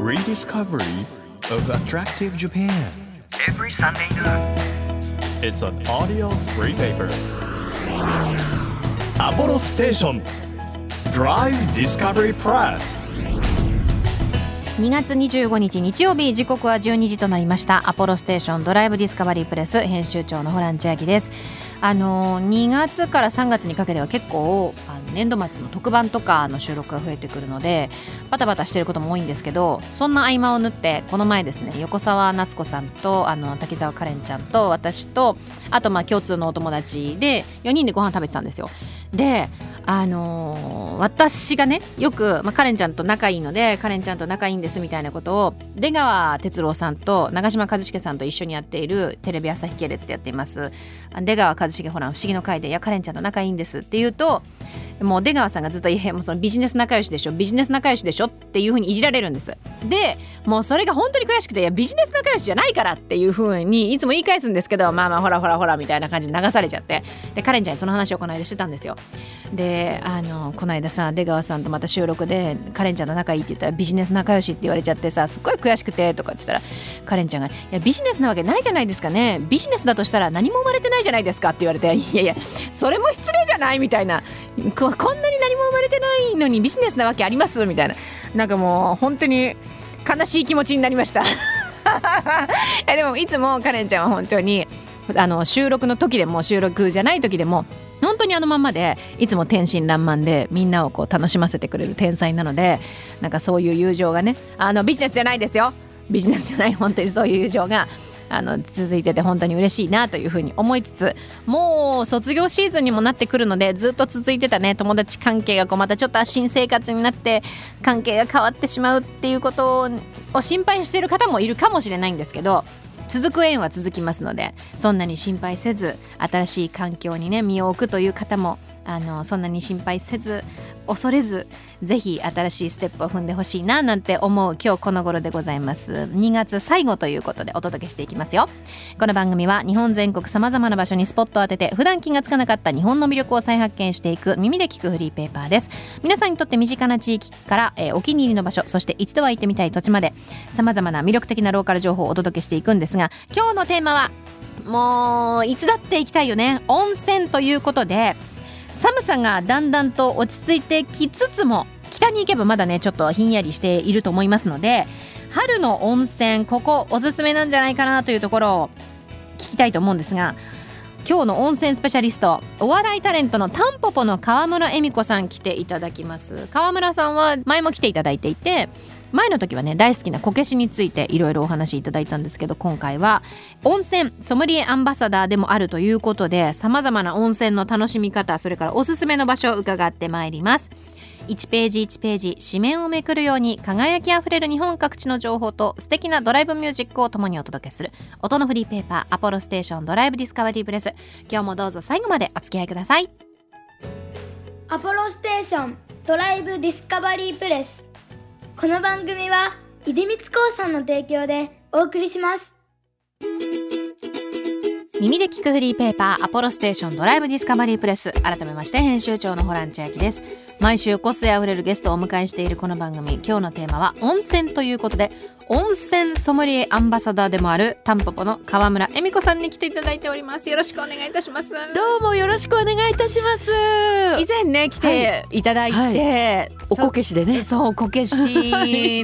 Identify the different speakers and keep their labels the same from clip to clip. Speaker 1: Rediscovery of Attractive Japan
Speaker 2: every Sunday noon.
Speaker 1: It's an audio free paper Apollo Station Drive Discovery Press
Speaker 3: 2月25日日曜日時刻は12時となりましたアポロステーションドライブディスカバリープレス編集長のホラン千秋ですあのー2月から3月にかけては結構あの年度末の特番とかの収録が増えてくるのでバタバタしてることも多いんですけどそんな合間を縫ってこの前ですね横澤夏子さんとあの滝沢カレンちゃんと私とあとまあ共通のお友達で4人でご飯食べてたんですよであのー私がねよく、まあ、カレンちゃんと仲いいのでカレンちゃんと仲いいんですみたいなことを出川哲朗さんと長嶋一茂さんと一緒にやっているテレビ朝日系列でやっていますあ出川一茂ほら不思議の会で「いやカレンちゃんと仲いいんです」って言うともう出川さんがずっと「いやもうそのビジネス仲良しでしょビジネス仲良しでしょ」っていうふうにいじられるんですでもうそれが本当に悔しくて「いやビジネス仲良しじゃないから」っていうふうにいつも言い返すんですけどまあまあほらほらほらみたいな感じで流されちゃってでカレンちゃんにその話をこの間してたんですよであのこの間さ出川さんとまた収録で「カレンちゃんと仲いい」って言ったら「ビジネス仲良し」って言われちゃってさすっごい悔しくてとかって言ったらカレンちゃんが「いやビジネスなわけないじゃないですかねビジネスだとしたら何も生まれてないじゃないですか」って言われて「いやいやそれも失礼じゃない」みたいなここんなに何も生まれてないのにビジネスなわけありますみたいななんかもう本当に悲しい気持ちになりましたえでも いつもカレンちゃんは本当にあの収録の時でも収録じゃない時でも本当にあのまんまでいつも天真爛漫でみんなをこう楽しませてくれる天才なのでなんかそういう友情がねあのビジネスじゃないですよビジネスじゃない本当にそういう友情があの続いてて本当に嬉しいなというふうに思いつつもう卒業シーズンにもなってくるのでずっと続いてたね友達関係がこうまたちょっと新生活になって関係が変わってしまうっていうことを心配している方もいるかもしれないんですけど続く縁は続きますのでそんなに心配せず新しい環境にね身を置くという方もあのそんなに心配せず恐れずぜひ新しいステップを踏んでほしいななんて思う今日この頃でございます2月最後ということでお届けしていきますよこの番組は日本全国さまざまな場所にスポットを当てて普段気がつかなかった日本の魅力を再発見していく耳で聞くフリーペーパーです皆さんにとって身近な地域から、えーお気に入りの場所そして一度は行ってみたい土地までさまざまな魅力的なローカル情報をお届けしていくんですが今日のテーマはもういつだって行きたいよね温泉ということで寒さがだんだんと落ち着いてきつつも北に行けばまだねちょっとひんやりしていると思いますので春の温泉ここおすすめなんじゃないかなというところを聞きたいと思うんですが今日の温泉スペシャリストお笑いタレントのタンポポの川村恵美子さん来ていただきます川村さんは前も来ていただいていて前の時はね大好きなこけしについていろいろお話しいただいたんですけど今回は温泉ソムリエアンバサダーでもあるということでさまざまな温泉の楽しみ方それからおすすめの場所を伺ってまいります1ページ1ページ紙面をめくるように輝きあふれる日本各地の情報と素敵なドライブミュージックを共にお届けする音のフリーペーパー「アポロステーションドライブディスカバリープレス」今日もどうぞ最後までお付き合いください
Speaker 4: アポロステーションドライブディスカバリープレスこの番組は出光興産の提供でお送りします
Speaker 3: 耳で聞くフリーペーパー「アポロステーションドライブディスカバリープレス」改めまして編集長のホラン千秋です毎週個性あふれるゲストをお迎えしているこの番組今日のテーマは温泉ということで温泉ソムリエアンバサダーでもあるタンポポの川村恵美子さんに来ていただいておりますよろしくお願いいたします
Speaker 5: どうもよろしくお願いいたします。
Speaker 3: 以前ね来ていただいて、
Speaker 5: はいおこけしでね。い
Speaker 3: そうこけし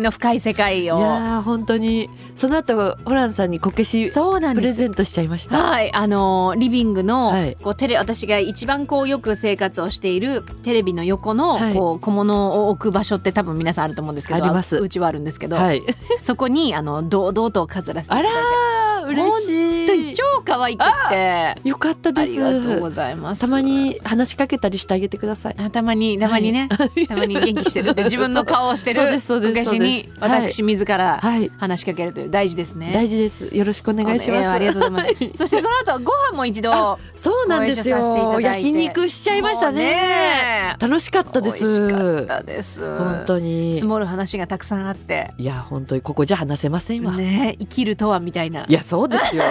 Speaker 3: の深い世 界
Speaker 5: や
Speaker 3: を
Speaker 5: ー本当にその後ホランさんにこけし
Speaker 3: そうなん
Speaker 5: プ
Speaker 3: で
Speaker 5: レ
Speaker 3: す
Speaker 5: ゼントしちゃいました。
Speaker 3: はいあのーリビングの、
Speaker 5: はい
Speaker 3: こうテレ私が一番こうよく生活をしているテレビの横の、
Speaker 5: はい
Speaker 3: こう小物を置く場所って多分皆さんあると思うんですけど
Speaker 5: あります
Speaker 3: うちはあるんですけど、
Speaker 5: はい。
Speaker 3: そこにあの堂々と飾らせてい
Speaker 5: あ
Speaker 3: ただいて
Speaker 5: らー嬉しい。
Speaker 3: 超可愛くって
Speaker 5: よかった
Speaker 3: あ
Speaker 5: で
Speaker 3: り
Speaker 5: す。
Speaker 3: がとうございます
Speaker 5: たまに話しかけたりしてあげてください。
Speaker 3: あたまにたまにね、 たまに元気してるって自分の顔をしてる
Speaker 5: そうですそうです
Speaker 3: 昔に
Speaker 5: そうですはい
Speaker 3: 私自ら
Speaker 5: はい。
Speaker 3: 話しかけるという大事ですね。
Speaker 5: 大事です。よろしくお願いしま
Speaker 3: え
Speaker 5: す。
Speaker 3: ーありがとうございます。 そしてその後はご飯も一度
Speaker 5: あそうなんです
Speaker 3: ご一緒させていた
Speaker 5: よ。
Speaker 3: だいて
Speaker 5: 焼肉しちゃいましたね。
Speaker 3: ね
Speaker 5: 楽しかったです。
Speaker 3: 美味しかったです。
Speaker 5: 本当に
Speaker 3: 積。もる話がたくさんあって、
Speaker 5: いや本当にここじゃ話せませんわ。。
Speaker 3: ね、生きるとはみたいない
Speaker 5: やそうですよ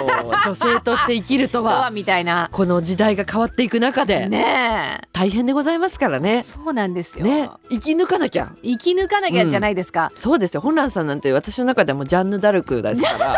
Speaker 5: 女性性として生きると
Speaker 3: とは
Speaker 5: は
Speaker 3: みたいな
Speaker 5: この時代が変わっていく中で、
Speaker 3: ね
Speaker 5: 大変でございますから
Speaker 3: え
Speaker 5: ね
Speaker 3: そうなんですよ、
Speaker 5: ね生き抜かなきゃ
Speaker 3: 生き抜かなきゃじゃないですか、
Speaker 5: そうですよ本蘭さんなんて私の中ではもうジャンヌ・ダルクで すから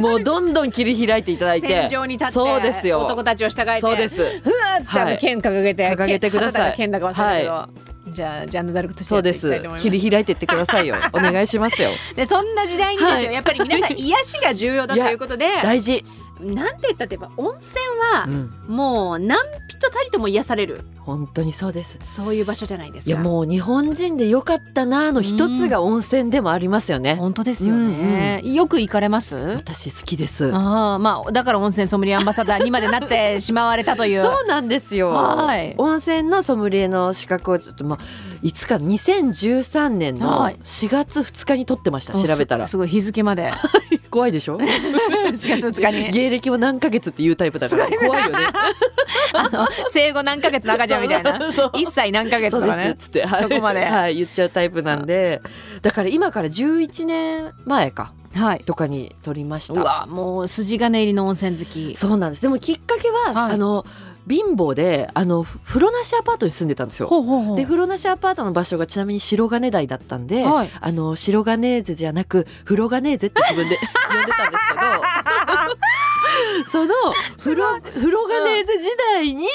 Speaker 5: もうどんどん切り開いていただい
Speaker 3: 戦
Speaker 5: て
Speaker 3: 場に立って
Speaker 5: そうですよ
Speaker 3: 男たちを従えて
Speaker 5: そうですす
Speaker 3: うわーっつって、あ
Speaker 5: は
Speaker 3: の
Speaker 5: い
Speaker 3: 剣掲げて
Speaker 5: 掲げてください
Speaker 3: 剣旗だか剣だか忘れたけど、じゃあジャンヌ・ダルクとして
Speaker 5: そ
Speaker 3: やっ
Speaker 5: う
Speaker 3: て
Speaker 5: で
Speaker 3: いきたいと思
Speaker 5: す
Speaker 3: います
Speaker 5: 切り開いてってくださ いよお願いしますよ
Speaker 3: でそんな時代にですよ、
Speaker 5: はい
Speaker 3: やっぱり皆さん癒しが重要だということで
Speaker 5: 大事、
Speaker 3: なんて言ったってやっぱ温泉は
Speaker 5: うん、
Speaker 3: もう何人たりとも癒される
Speaker 5: 本当にそうです
Speaker 3: そういう場所じゃないですか
Speaker 5: いやもう日本人で良かったなーの一つが温泉でもありますよね、
Speaker 3: 本当ですよね、よく行かれます
Speaker 5: 私好きです
Speaker 3: ああまあだから温泉ソムリエアンバサダーにまでなってしまわれたという
Speaker 5: そうなんですよ
Speaker 3: はい
Speaker 5: 温泉のソムリエの資格をちょっとまあいつか2013年の
Speaker 3: はい
Speaker 5: 4月2日に取ってました調べたら
Speaker 3: すすごい日付ま で
Speaker 5: 怖いでしょ
Speaker 3: 4月2日に
Speaker 5: 芸歴も何ヶ月っていうタイプだから怖いよね
Speaker 3: あの生後何ヶ月の赤ちゃんみたいな
Speaker 5: そう
Speaker 3: 1歳何ヶ月
Speaker 5: そ
Speaker 3: と
Speaker 5: う
Speaker 3: か
Speaker 5: ですっ
Speaker 3: ね
Speaker 5: つって、はい
Speaker 3: そこまで
Speaker 5: はい、言っちゃうタイプなんでだから今から11年前か
Speaker 3: はい
Speaker 5: とかに取りまし
Speaker 3: う
Speaker 5: た
Speaker 3: わもう筋金入りの温泉好き
Speaker 5: そうなんですでもきっかけは、
Speaker 3: はい
Speaker 5: あの貧乏であのふ風呂なしアパートに住んでたんですよ
Speaker 3: うほうほ
Speaker 5: で風呂なしアパートの場所がちなみに白金台だったんで、
Speaker 3: はい
Speaker 5: あの白金ーゼじゃなく風呂金ーゼって自分で 呼んでたん ですけどその風呂風呂金ーゼ時代に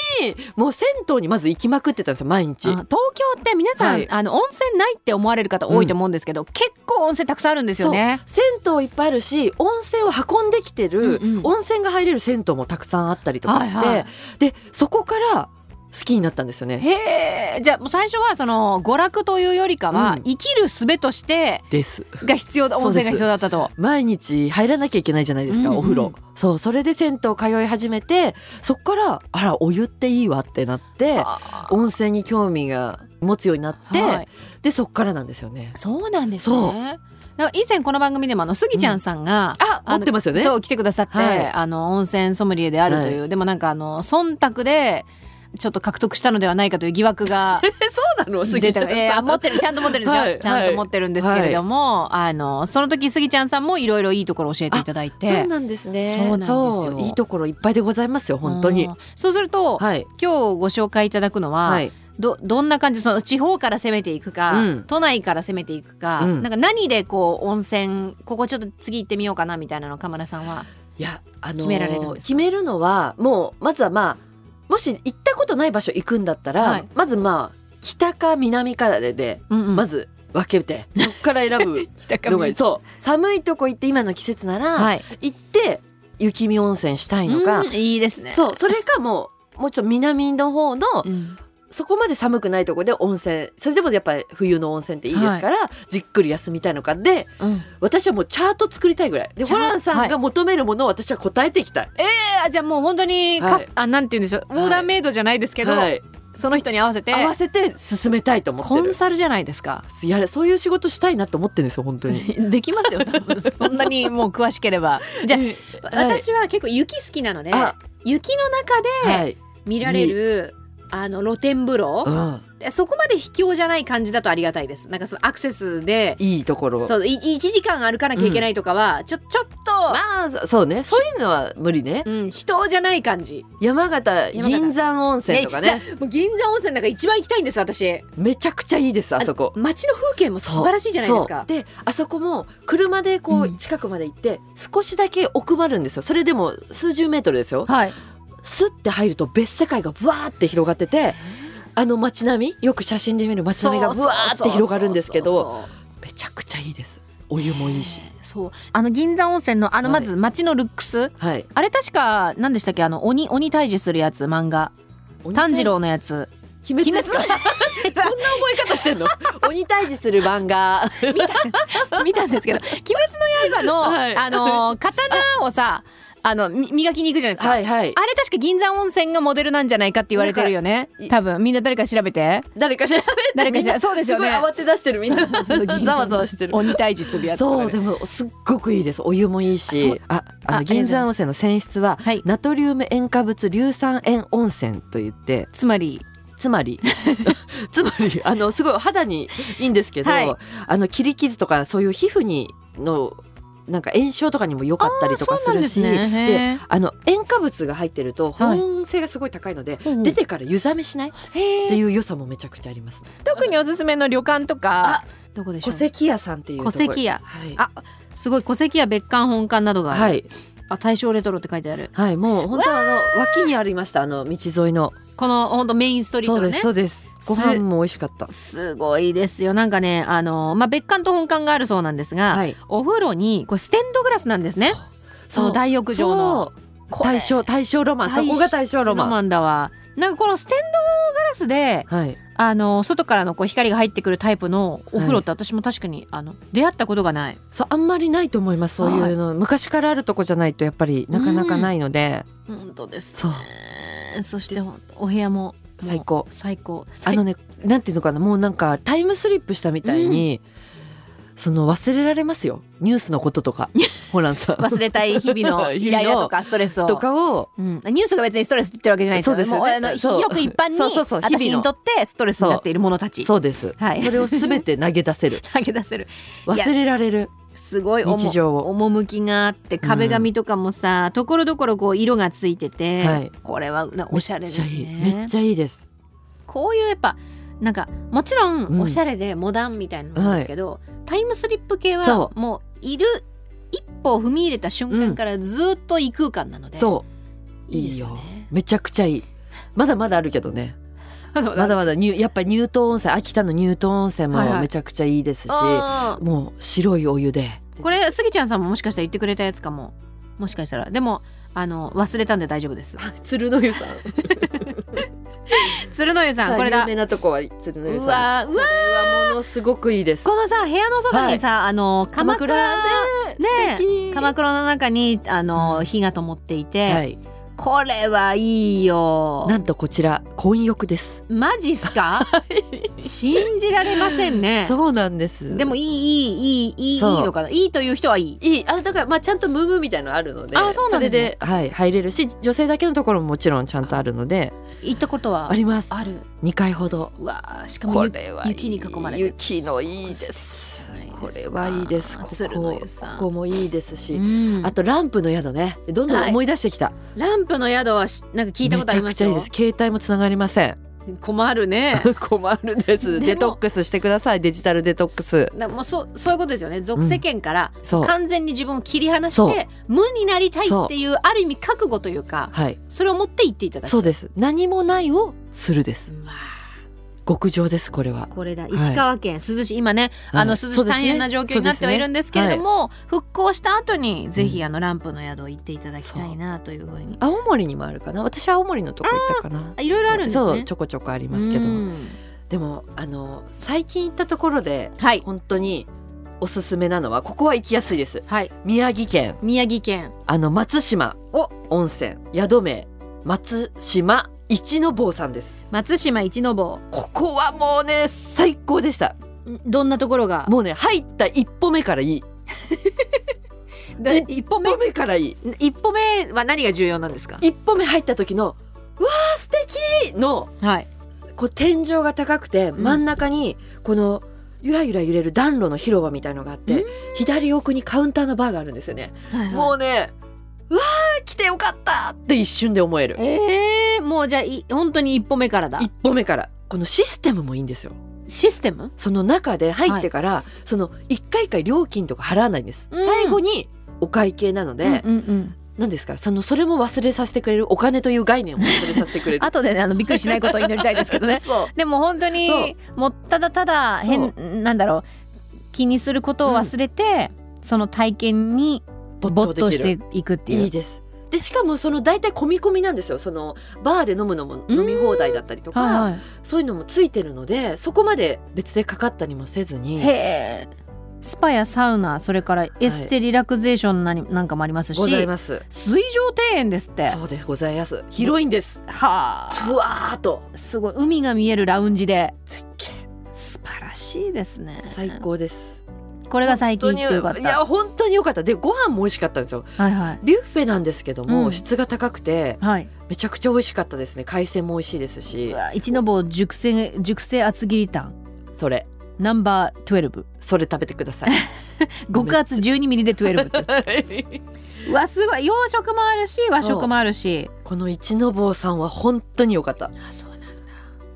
Speaker 5: もう銭湯にまず行きまくってたんですよ毎日
Speaker 3: あ。東京って皆さん、
Speaker 5: はい
Speaker 3: あの温泉ないって思われる方多いと思うんですけど、結構温泉たくさんあるんですよね。
Speaker 5: 銭湯いっぱいあるし温泉を運んできてる、
Speaker 3: うんうん
Speaker 5: 温泉が入れる銭湯もたくさんあったりとかして、
Speaker 3: はいはい
Speaker 5: でそこから好きになったんですよね。
Speaker 3: へえじゃあもう最初はその娯楽というよりかは、
Speaker 5: うん
Speaker 3: 生きる術として
Speaker 5: です。
Speaker 3: が必要だ
Speaker 5: そ
Speaker 3: 温
Speaker 5: うで
Speaker 3: 泉
Speaker 5: す
Speaker 3: が必要だったと。
Speaker 5: 毎日入らなきゃいけないじゃないですか、
Speaker 3: うんうん
Speaker 5: お風呂そうそれで銭湯通い始めてそっからあらお湯っていいわってなって
Speaker 3: あ
Speaker 5: 温泉に興味が持つようになって、
Speaker 3: はい
Speaker 5: でそっからなんですよね
Speaker 3: そうなんです
Speaker 5: そう
Speaker 3: ね。だから以前この番組でもあのスギちゃんさんが、
Speaker 5: あ
Speaker 3: あの
Speaker 5: 持ってますよね
Speaker 3: そう来てくださって、
Speaker 5: はい
Speaker 3: あの温泉ソムリエであるという、でもなんかあの忖度でちょっと獲得したのではないかという疑惑が
Speaker 5: そうなの
Speaker 3: 出たえー持ってるちゃんと持ってるんですよ、
Speaker 5: はい
Speaker 3: ちゃんと持ってるんですけれども、あのその時スギちゃんさんもいろいろいいところを教えていただいて
Speaker 5: そうなんですね
Speaker 3: そうなんですよ
Speaker 5: そういいところいっぱいでございますよ本当に
Speaker 3: うんそうすると、
Speaker 5: はい
Speaker 3: 今日ご紹介いただくのは、
Speaker 5: はい
Speaker 3: どどんな感じその地方から攻めていくか、
Speaker 5: うん
Speaker 3: 都内から攻めていくか、
Speaker 5: うん
Speaker 3: なんか何でこう温泉ここちょっと次行ってみようかなみたいなのカムラさんは、
Speaker 5: いやあのー
Speaker 3: 決められるんですか
Speaker 5: 決めるのはもうまずはまあもし行ったことない場所行くんだったら、
Speaker 3: はい
Speaker 5: まずまあ北か南かでで
Speaker 3: うんうん
Speaker 5: まず分けて、そっから選ぶのがいいそう寒いとこ行って今の季節なら、
Speaker 3: はい、
Speaker 5: 行って雪見温泉したいのか、
Speaker 3: うんいいですね。
Speaker 5: そうそれかもうもうちょっと南の方の、
Speaker 3: うん
Speaker 5: そこまで寒くないとこで温泉それでもやっぱり冬の温泉っていいですから、じっくり休みたいのかで
Speaker 3: うん
Speaker 5: 私はもうチャート作りたいぐらいで
Speaker 3: チャー
Speaker 5: ホランさんが求めるものを私は答えていきたい。
Speaker 3: あじゃあもう本当にカス、
Speaker 5: はい
Speaker 3: あなんて言うんでしょうオーダーメイドじゃないですけど、
Speaker 5: はい、
Speaker 3: その人に合わせて
Speaker 5: 合わせて進めたいと思
Speaker 3: コ
Speaker 5: って
Speaker 3: ン
Speaker 5: る
Speaker 3: サルじゃないですか。
Speaker 5: いやそういう仕事したいなと思ってるんですよ本当 に
Speaker 3: できますよ多分そんなにもう詳しければじゃあ、
Speaker 5: はい
Speaker 3: 私は結構雪好きなので
Speaker 5: あ
Speaker 3: 雪の中
Speaker 5: は
Speaker 3: で
Speaker 5: い、
Speaker 3: 見られる、あの露天風
Speaker 5: う
Speaker 3: 呂、
Speaker 5: ん、
Speaker 3: そこまで卑怯じゃない感じだとありがたいですなんかそのアクセスで
Speaker 5: いいところ
Speaker 3: そうい1時間歩かなきゃいけないとかは、ちょちょっと、
Speaker 5: まあそうねそういうのは無理ね
Speaker 3: うん、人じゃない感じ
Speaker 5: 山形
Speaker 3: 山形
Speaker 5: 銀山温泉とか
Speaker 3: ね
Speaker 5: ね
Speaker 3: じゃあもう銀座温泉なんか一番行きたいんです私
Speaker 5: めちゃくちゃいいですあそこ
Speaker 3: 街の風景も素晴らしいじゃないですか
Speaker 5: そうであそこも車でこ
Speaker 3: う
Speaker 5: うん近くまで行って少しだけ奥まるんですよそれでも数十メートルですよ
Speaker 3: はい
Speaker 5: スッて入ると別世界がブワーって広がっててあの街並みよく写真で見る街並みがブワーって広がるんですけど
Speaker 3: そうそうそうそう
Speaker 5: めちゃくちゃいいですお湯もいいし
Speaker 3: そうあの銀山温泉のあの
Speaker 5: は
Speaker 3: ま
Speaker 5: い
Speaker 3: ず街のルックス、
Speaker 5: はい
Speaker 3: あれ確か何でしたっけあの鬼鬼退治するやつ漫画炭治郎のやつ
Speaker 5: 鬼
Speaker 3: 鬼
Speaker 5: 滅で
Speaker 3: 滅
Speaker 5: す かそんな覚え方してんの鬼退治する漫画
Speaker 3: 見たんですけど「鬼滅 の刃の」
Speaker 5: はい
Speaker 3: あの刀をさあのみ磨きに行くじゃないですか、
Speaker 5: はいはい
Speaker 3: あれ確か銀山温泉がモデルなんじゃないかって言われてるよね
Speaker 5: なんかい
Speaker 3: 多分みんな誰か調べて
Speaker 5: 誰かしら
Speaker 3: 誰か調べてそうです
Speaker 5: す
Speaker 3: よ
Speaker 5: ごい
Speaker 3: ね
Speaker 5: 慌て出してるみんなざわざわしてる
Speaker 3: 鬼退治するやつとかね
Speaker 5: そうでもすっごくいいですお湯もいい
Speaker 3: そう
Speaker 5: しああ
Speaker 3: あ
Speaker 5: の銀山温泉の泉質は
Speaker 3: はい
Speaker 5: ナトリウム塩化物硫酸塩温泉といって
Speaker 3: つまり
Speaker 5: つ まりつまりあのすごいお肌にいいんですけど、
Speaker 3: はい
Speaker 5: あの切り傷とかそういう皮膚にのなんか炎症とかにも良かったりとかす
Speaker 3: そうなん
Speaker 5: る
Speaker 3: で
Speaker 5: し
Speaker 3: すね
Speaker 5: あの塩化物が入ってると保
Speaker 3: はい
Speaker 5: 温性がすごい高いので、
Speaker 3: うんうん
Speaker 5: 出てから湯冷めしないっ
Speaker 3: へえ
Speaker 5: ていう良さもめちゃくちゃあります、ね、
Speaker 3: 特におすすめの旅館とかどこでしょ
Speaker 5: 戸
Speaker 3: う
Speaker 5: 籍屋さんっていうところ
Speaker 3: 戸籍屋
Speaker 5: はい
Speaker 3: あすごい戸籍や別館本館などがある、
Speaker 5: はい、
Speaker 3: あ大正レトロって書いてある
Speaker 5: はい、もう本当はあの脇にありましたあの道沿いの
Speaker 3: この本当メインストリー
Speaker 5: そ
Speaker 3: ト
Speaker 5: う
Speaker 3: の
Speaker 5: です
Speaker 3: ね
Speaker 5: そうですご飯も美味しかった
Speaker 3: すごいですよなんかねあの、まあ、別館と本館があるそうなんですが、
Speaker 5: はい
Speaker 3: お風呂にこれステンドグラスなんですねその大浴場の
Speaker 5: そう
Speaker 3: これ
Speaker 5: 大正大正ロマンそ
Speaker 3: 大
Speaker 5: こが大正ロマン
Speaker 3: ロマンだわなんかこのステンドガラスで
Speaker 5: はい
Speaker 3: あの外からのこう光が入ってくるタイプのお風呂って私も確かに、あの出会ったことがない
Speaker 5: そうあんまりないと思いますそういうの、昔からあるとこじゃないとやっぱりなかなかないので、
Speaker 3: 本当です
Speaker 5: そう
Speaker 3: そしてお部屋も
Speaker 5: 最高
Speaker 3: 最高
Speaker 5: あのねなんていうのかなもうなんかタイムスリップしたみたいに、その忘れられますよニュースのこととかホランさん
Speaker 3: 忘れたい日々 のイライラとかストレスを
Speaker 5: とかを
Speaker 3: うん、ニュースが別にストレスって言ってるわけじゃないですよ
Speaker 5: そうですよね
Speaker 3: もうあの
Speaker 5: そう
Speaker 3: 広く一般に
Speaker 5: そうそうそう日
Speaker 3: 私
Speaker 5: 々の
Speaker 3: にとってストレスになっているものたち
Speaker 5: そうです、
Speaker 3: はい
Speaker 5: それをすべて投げ出せる
Speaker 3: 投げ出せる
Speaker 5: 忘れられる
Speaker 3: すごいおも
Speaker 5: 日常を
Speaker 3: 趣があって壁紙とかもさところどころこう色がついてて、
Speaker 5: はい
Speaker 3: これはなおしゃれです
Speaker 5: めっちゃいい
Speaker 3: ね
Speaker 5: めっちゃいいです
Speaker 3: こういうやっぱなんかもちろ
Speaker 5: うんん
Speaker 3: おしゃれでモダンみたいなのなんですけど、タイムスリップ系は
Speaker 5: そ
Speaker 3: もういる一歩踏み入れた瞬間からずっと異空間なので、
Speaker 5: そう
Speaker 3: いいですよね。
Speaker 5: めちゃくちゃいいまだまだあるけどねまだまだニュやっぱ乳頭温泉秋田の乳頭温泉
Speaker 3: はいはい
Speaker 5: もめちゃくちゃいいですし、
Speaker 3: あー
Speaker 5: もう白いお湯で
Speaker 3: これスギちゃんさんももしかしたら言ってくれたやつかももしかしたらでもあの忘れたんで大丈夫です
Speaker 5: 鶴の湯さん
Speaker 3: 鶴の湯さんこれだ
Speaker 5: 有名なとこは鶴の湯
Speaker 3: う
Speaker 5: さん
Speaker 3: わうわ
Speaker 5: これはものすごくいいです
Speaker 3: このさ部屋の外にさ、あの鎌倉
Speaker 5: ね
Speaker 3: ね
Speaker 5: 素敵
Speaker 3: 鎌倉の中にあの火が灯っていて、
Speaker 5: はい
Speaker 3: これはいいよ
Speaker 5: なんとこちら混浴です、
Speaker 3: マジっすか信じられませんね
Speaker 5: そうなんです
Speaker 3: でもいいいいいいいいいい
Speaker 5: そう
Speaker 3: のかないいという人はいい
Speaker 5: いいあだからまあちゃんとムームみたいのあるので
Speaker 3: あそうなんですね
Speaker 5: それで、はい、入れるし女性だけのところももちろんちゃんとあるので
Speaker 3: 行ったことは
Speaker 5: あります
Speaker 3: ある
Speaker 5: 2回ほど
Speaker 3: うわしかも
Speaker 5: こ
Speaker 3: ゆ
Speaker 5: れはいい
Speaker 3: 雪に囲まれて
Speaker 5: 雪のいいですこれはいいですここ
Speaker 3: 鶴の湯さん
Speaker 5: ここもいいですし、
Speaker 3: うん
Speaker 5: あとランプの宿ねどんどん思い出してきた、
Speaker 3: ランプの宿はしなんか聞いたことありま
Speaker 5: め
Speaker 3: し
Speaker 5: ち
Speaker 3: た
Speaker 5: ゃくちゃい
Speaker 3: よ
Speaker 5: いです携帯もつながり ません
Speaker 3: 困る ね
Speaker 5: 困るです
Speaker 3: でも
Speaker 5: デトックスしてくださいデジタルデトックス
Speaker 3: だもうそうそういうことですよね俗世間から
Speaker 5: そう
Speaker 3: 完全に自分を切り離
Speaker 5: そ
Speaker 3: し
Speaker 5: う
Speaker 3: て無になりたいっていうある意味覚悟というか
Speaker 5: はい
Speaker 3: それを持って行っていただく
Speaker 5: そうです何もないをするです
Speaker 3: まあ
Speaker 5: 極上ですこれは
Speaker 3: これだ
Speaker 5: い
Speaker 3: 石川県珠洲市今ねあの
Speaker 5: はい
Speaker 3: 珠洲
Speaker 5: そう
Speaker 3: 市
Speaker 5: ですね
Speaker 3: 大変な状況になってはいるんですけれども復興した後にぜひ
Speaker 5: うん
Speaker 3: あのランプの宿行っていただきたいなというふうに
Speaker 5: 青森にもあるかな私青森のとこ行ったかな
Speaker 3: あいろいろあるんですね
Speaker 5: そうちょこちょこありますけど
Speaker 3: うん
Speaker 5: でもあの最近行ったところで
Speaker 3: はい
Speaker 5: 本当におすすめなのはここは行きやすいです
Speaker 3: はい
Speaker 5: 宮城県
Speaker 3: 宮城県
Speaker 5: あの松島温泉宿名松島一の坊さんです
Speaker 3: 松島一の坊
Speaker 5: ここはもうね最高でした
Speaker 3: どんなところが
Speaker 5: もうね入った一歩目からいい
Speaker 3: だ一歩
Speaker 5: 一
Speaker 3: 目
Speaker 5: 歩目からいい
Speaker 3: 一歩目は何が重要なんですか
Speaker 5: 一歩目入った時のうわー素敵の
Speaker 3: はい
Speaker 5: こう天井が高くて
Speaker 3: ん
Speaker 5: 真ん中にこのゆらゆら揺れる暖炉の広場みたいのがあって、
Speaker 3: う
Speaker 5: 左奥にカウンターのバーがあるんですよね、もうねうわー来てよかったって一瞬で思える
Speaker 3: えー、もうじゃあい本当に一歩目からだ
Speaker 5: 一歩目からこのシステムもいいんですよ
Speaker 3: システム
Speaker 5: その中で入ってから、その一回一回料金とか払わないんです、
Speaker 3: うん
Speaker 5: 最後にお会計なので、
Speaker 3: うんうんうん、
Speaker 5: 何ですかそのそれも忘れさせてくれるお金という概念を忘れさせてくれる
Speaker 3: 後 でねあのびっくりしないことを祈りたいですけどね
Speaker 5: そう
Speaker 3: でも本当にもうただただ変なんだろう気にすることを忘れて、その体験に没頭していくっていう
Speaker 5: いいですでしかもその大体込み込みなんですよそのバーで飲むのも
Speaker 3: うん
Speaker 5: 飲み放題だったりとか、
Speaker 3: はいは
Speaker 5: そういうのもついてるのでそこまで別でかかったりもせず
Speaker 3: い、
Speaker 5: に
Speaker 3: へえスパやサウナそれからエステリラクゼーションなになんかもありますし
Speaker 5: ございます
Speaker 3: 水上庭園ですって
Speaker 5: そうでございます広いんです
Speaker 3: はあ
Speaker 5: ふわーっと
Speaker 3: すごい海が見えるラウンジで
Speaker 5: 絶景
Speaker 3: 素晴らしいですね
Speaker 5: 最高です
Speaker 3: これが最近
Speaker 5: 本
Speaker 3: 行ってよか
Speaker 5: 当
Speaker 3: っ
Speaker 5: にい
Speaker 3: た
Speaker 5: や本当に良かったでご飯も美味しかったんですよ
Speaker 3: はいはい
Speaker 5: ビュッフェなんですけども、
Speaker 3: うん
Speaker 5: 質が高くて
Speaker 3: はい、
Speaker 5: めちゃくちゃ美味しかったですね海鮮も美味しいですし
Speaker 3: うわ一の坊熟成熟成厚切りタン
Speaker 5: それ
Speaker 3: ナンバー12
Speaker 5: それ食べてください
Speaker 3: 極厚12ミリで12って うわすごい洋食もあるし和食もあるし
Speaker 5: この一の坊さんは本当に良かった
Speaker 3: あそうなんだ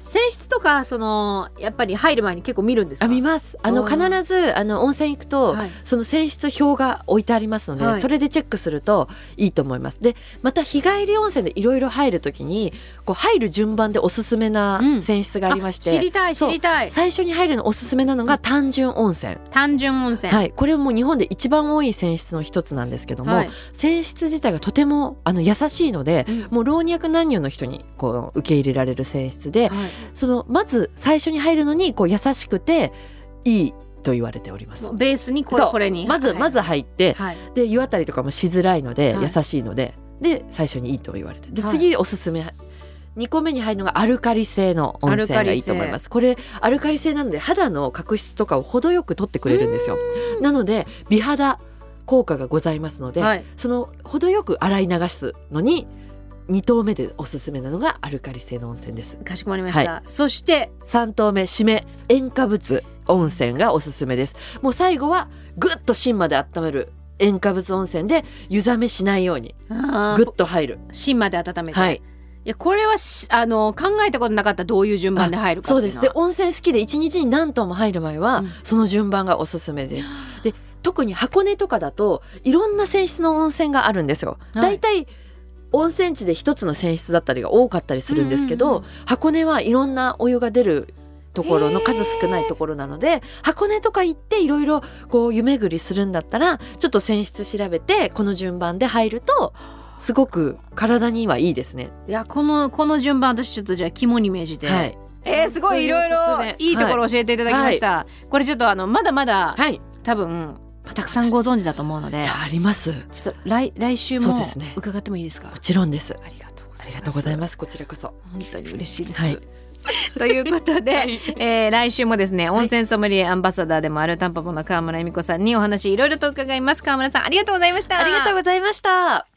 Speaker 3: 性質とかそのやっぱり入る前に結構見るんですか
Speaker 5: あ見ますあの
Speaker 3: お
Speaker 5: 必
Speaker 3: ー
Speaker 5: ずあの温泉行くと、
Speaker 3: はい
Speaker 5: その泉質表が置いてありますので、
Speaker 3: はい
Speaker 5: それでチェックするといいと思いますでまた日帰り温泉でいろいろ入るときにこう入る順番でおすすめな
Speaker 3: うん
Speaker 5: 泉質がありまして、
Speaker 3: 知りたい知
Speaker 5: そう
Speaker 3: りたい
Speaker 5: 最初に入るのおすすめなのが単純温泉、
Speaker 3: 単純温泉
Speaker 5: はい、これもう日本で一番多い泉質の一つなんですけども、
Speaker 3: はい
Speaker 5: 泉質自体がとてもあの優しいので、
Speaker 3: うん
Speaker 5: もう老若男女の人にこう受け入れられる泉質で
Speaker 3: はい
Speaker 5: そのまず最初に入るのにこう優しくていいと言われております
Speaker 3: も。うベースにこれ
Speaker 5: そう
Speaker 3: これに
Speaker 5: まず、ま
Speaker 3: ず
Speaker 5: ず入って
Speaker 3: はい
Speaker 5: で湯あたりとかもしづらいので、
Speaker 3: はい
Speaker 5: 優しいのでで最初にいいと言われてで
Speaker 3: はい
Speaker 5: 次おすすめ、2個目に入るのがアルカリ性の温泉がいいと思いますこれアルカリ性なので肌の角質とかを程よく取ってくれるんですよなので美肌効果がございますので、
Speaker 3: はい
Speaker 5: その程よく洗い流すのに2投目でおすすめなのがアルカリ性の温泉です
Speaker 3: かしこまりましたそして
Speaker 5: 3投目締め塩化物温泉がおすすめですもう最後はぐっと芯まで温める塩化物温泉で湯冷めしないように
Speaker 3: あ
Speaker 5: ぐっ
Speaker 3: ー
Speaker 5: と入る
Speaker 3: 芯まで温めて
Speaker 5: はい
Speaker 3: いやこれはしあの考えたことなかったどういう順番で入るか
Speaker 5: そう
Speaker 3: っていう
Speaker 5: です
Speaker 3: の
Speaker 5: で
Speaker 3: は
Speaker 5: 温泉好きで一日に何頭も入る前は、
Speaker 3: うん
Speaker 5: その順番がおすすめですで特に箱根とかだといろんな泉質の温泉があるんですよ、
Speaker 3: はい
Speaker 5: だいたい温泉地で一つの泉質だったりが多かったりするんですけど、
Speaker 3: うんうん
Speaker 5: 箱根はいろんなお湯が出るところの
Speaker 3: へー
Speaker 5: 数少ないところなので箱根とか行っていろいろこう湯巡りするんだったらちょっと泉質調べてこの順番で入るとすごく体にはいいですね。
Speaker 3: いやこのこの順番私ちょっとじゃあ肝に銘じて、
Speaker 5: はい、
Speaker 3: えー、すごいいろい
Speaker 5: お
Speaker 3: ろ
Speaker 5: すすめ
Speaker 3: いいところ教えていただきました、これちょっとあのまだまだ、
Speaker 5: はい、
Speaker 3: 多分たくさんご存知だと思うので
Speaker 5: あります。も
Speaker 3: ちょっと来来週
Speaker 5: そう
Speaker 3: も
Speaker 5: ですね
Speaker 3: 伺ってもいいですか
Speaker 5: ちろんです。
Speaker 3: ありがとうございます
Speaker 5: ありがとうございます。こちらこそ。
Speaker 3: 本当に嬉しいです、
Speaker 5: はい
Speaker 3: ということで、えー来週もですね温泉ソムリエアンバサダーでもあるタンポポの川村恵美子さんにお話いろいろと伺います川村さんありがとうございました
Speaker 5: ありがとうございました。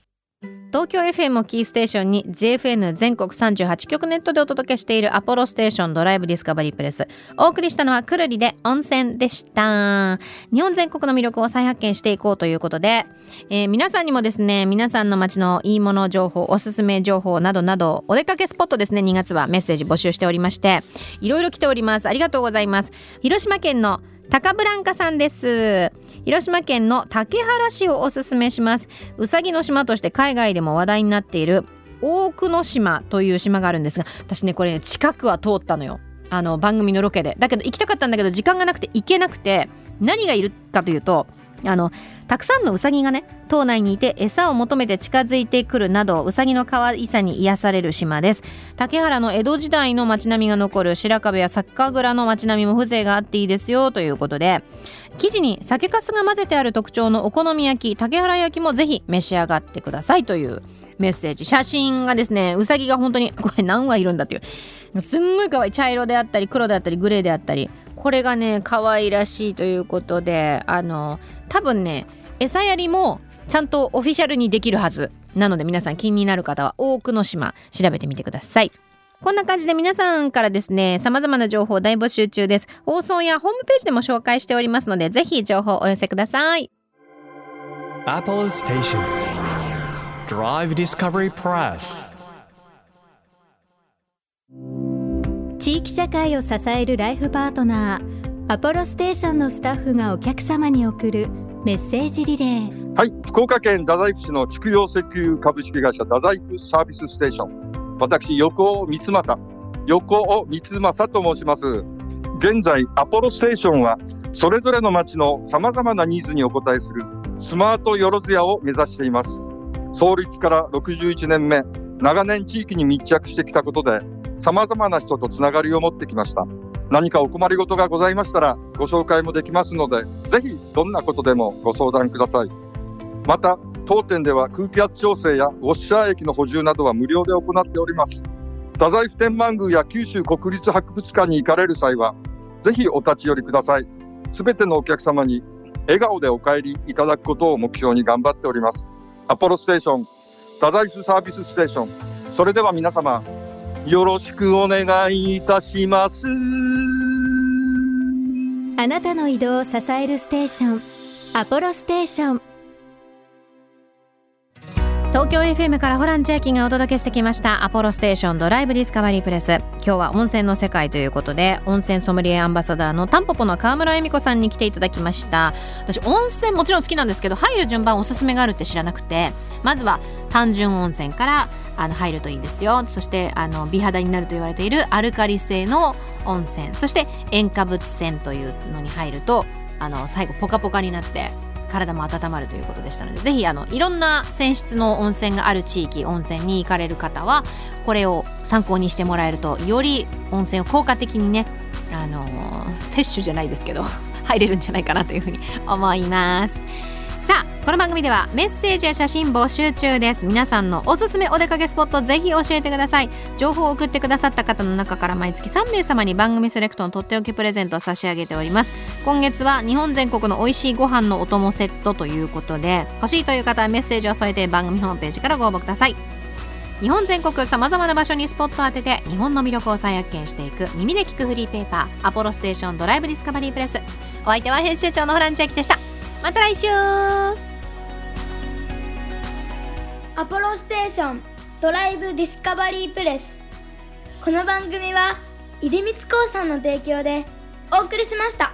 Speaker 3: 東京 FM をキーステーションに JFN 全国38局ネットでお届けしているアポロステーションドライブディスカバリープレスお送りしたのはくるりで温泉でした日本全国の魅力を再発見していこうということで、えー皆さんにもですね皆さんの街のいいもの情報おすすめ情報などなどお出かけスポットですね2月はメッセージ募集しておりましていろいろ来ておりますありがとうございます広島県の高ブランカさんです広島県の竹原市をおすすめしますうさぎの島として海外でも話題になっている大久野島という島があるんですが私ねこれね近くは通ったのよあの番組のロケでだけど行きたかったんだけど時間がなくて行けなくて何がいるかというとあのたくさんのウサギがね島内にいて餌を求めて近づいてくるなどウサギの可愛さに癒される島です竹原の江戸時代の街並みが残る白壁や酒蔵の街並みも風情があっていいですよということで生地に酒粕が混ぜてある特徴のお好み焼き竹原焼きもぜひ召し上がってくださいというメッセージ写真がですねうさぎが本当に これ何羽いるんだっていうすんごい可愛い茶色であったり黒であったりグレーであったりこれがね可愛らしいということであの多分ね餌やりもちゃんとオフィシャルにできるはずなので皆さん気になる方は多くの島調べてみてくださいこんな感じで皆さんからですね、様々な情報を大募集中です。放送やホームページでも紹介しておりますので、ぜひ情報をお寄せください。
Speaker 1: Apollo Station. Drive Discovery Press.
Speaker 6: 地域社会を支えるライフパートナーアポロステーションのスタッフがお客様に送るメッセージリレー
Speaker 7: はい、福岡県太宰府市の畜養石油株式会社太宰府サービスステーション。私、横尾光政、横尾光政と申します。現在、アポロステーションは、それぞれの町のさまざまなニーズにお応えするスマートよろずやを目指しています。創立から61年目、長年地域に密着してきたことで、さまざまな人とつながりを持ってきました。何かお困りごとがございましたら、ご紹介もできますので、ぜひどんなことでもご相談ください。また当店では空気圧調整やウォッシャー液の補充などは無料で行っております太宰府天満宮や九州国立博物館に行かれる際はぜひお立ち寄りくださいすべてのお客様に笑顔でお帰りいただくことを目標に頑張っておりますアポロステーション太宰府サービスステーションそれでは皆様よろしくお願いいたします
Speaker 6: あなたの移動を支えるステーションアポロステーション
Speaker 3: 東京 FM からホラン千秋がお届けしてきました「アポロステーションドライブ・ディスカバリー・プレス」今日は温泉の世界ということで温泉ソムリエアンバサダーのタンポポの川村恵美子さんに来ていただきました私温泉もちろん好きなんですけど入る順番おすすめがあるって知らなくてまずは単純温泉からあの入るといいですよそしてあの美肌になると言われているアルカリ性の温泉そして塩化物泉というのに入るとあの最後ポカポカになって体も温まるということでしたのでぜひあのいろんな泉質の温泉がある地域温泉に行かれる方はこれを参考にしてもらえるとより温泉を効果的にね、あのー摂取じゃないですけど 入れるんじゃないかなというふうに思います。さあこの番組ではメッセージや写真募集中です皆さんのおすすめお出かけスポットぜひ教えてください情報を送ってくださった方の中から毎月3名様に番組セレクトのとっておきプレゼントを差し上げております今月は日本全国の美味しいご飯のお供セットということで欲しいという方はメッセージを添えて番組ホームページからご応募ください日本全国さまざまな場所にスポットを当てて日本の魅力を再発見していく耳で聞くフリーペーパー「アポロステーションドライブ・ディスカバリー・プレス」お相手は編集長のホラン千秋でしたまた来週
Speaker 4: アポロステーションドライブディスカバリープレスこの番組は出光興産の提供でお送りしました。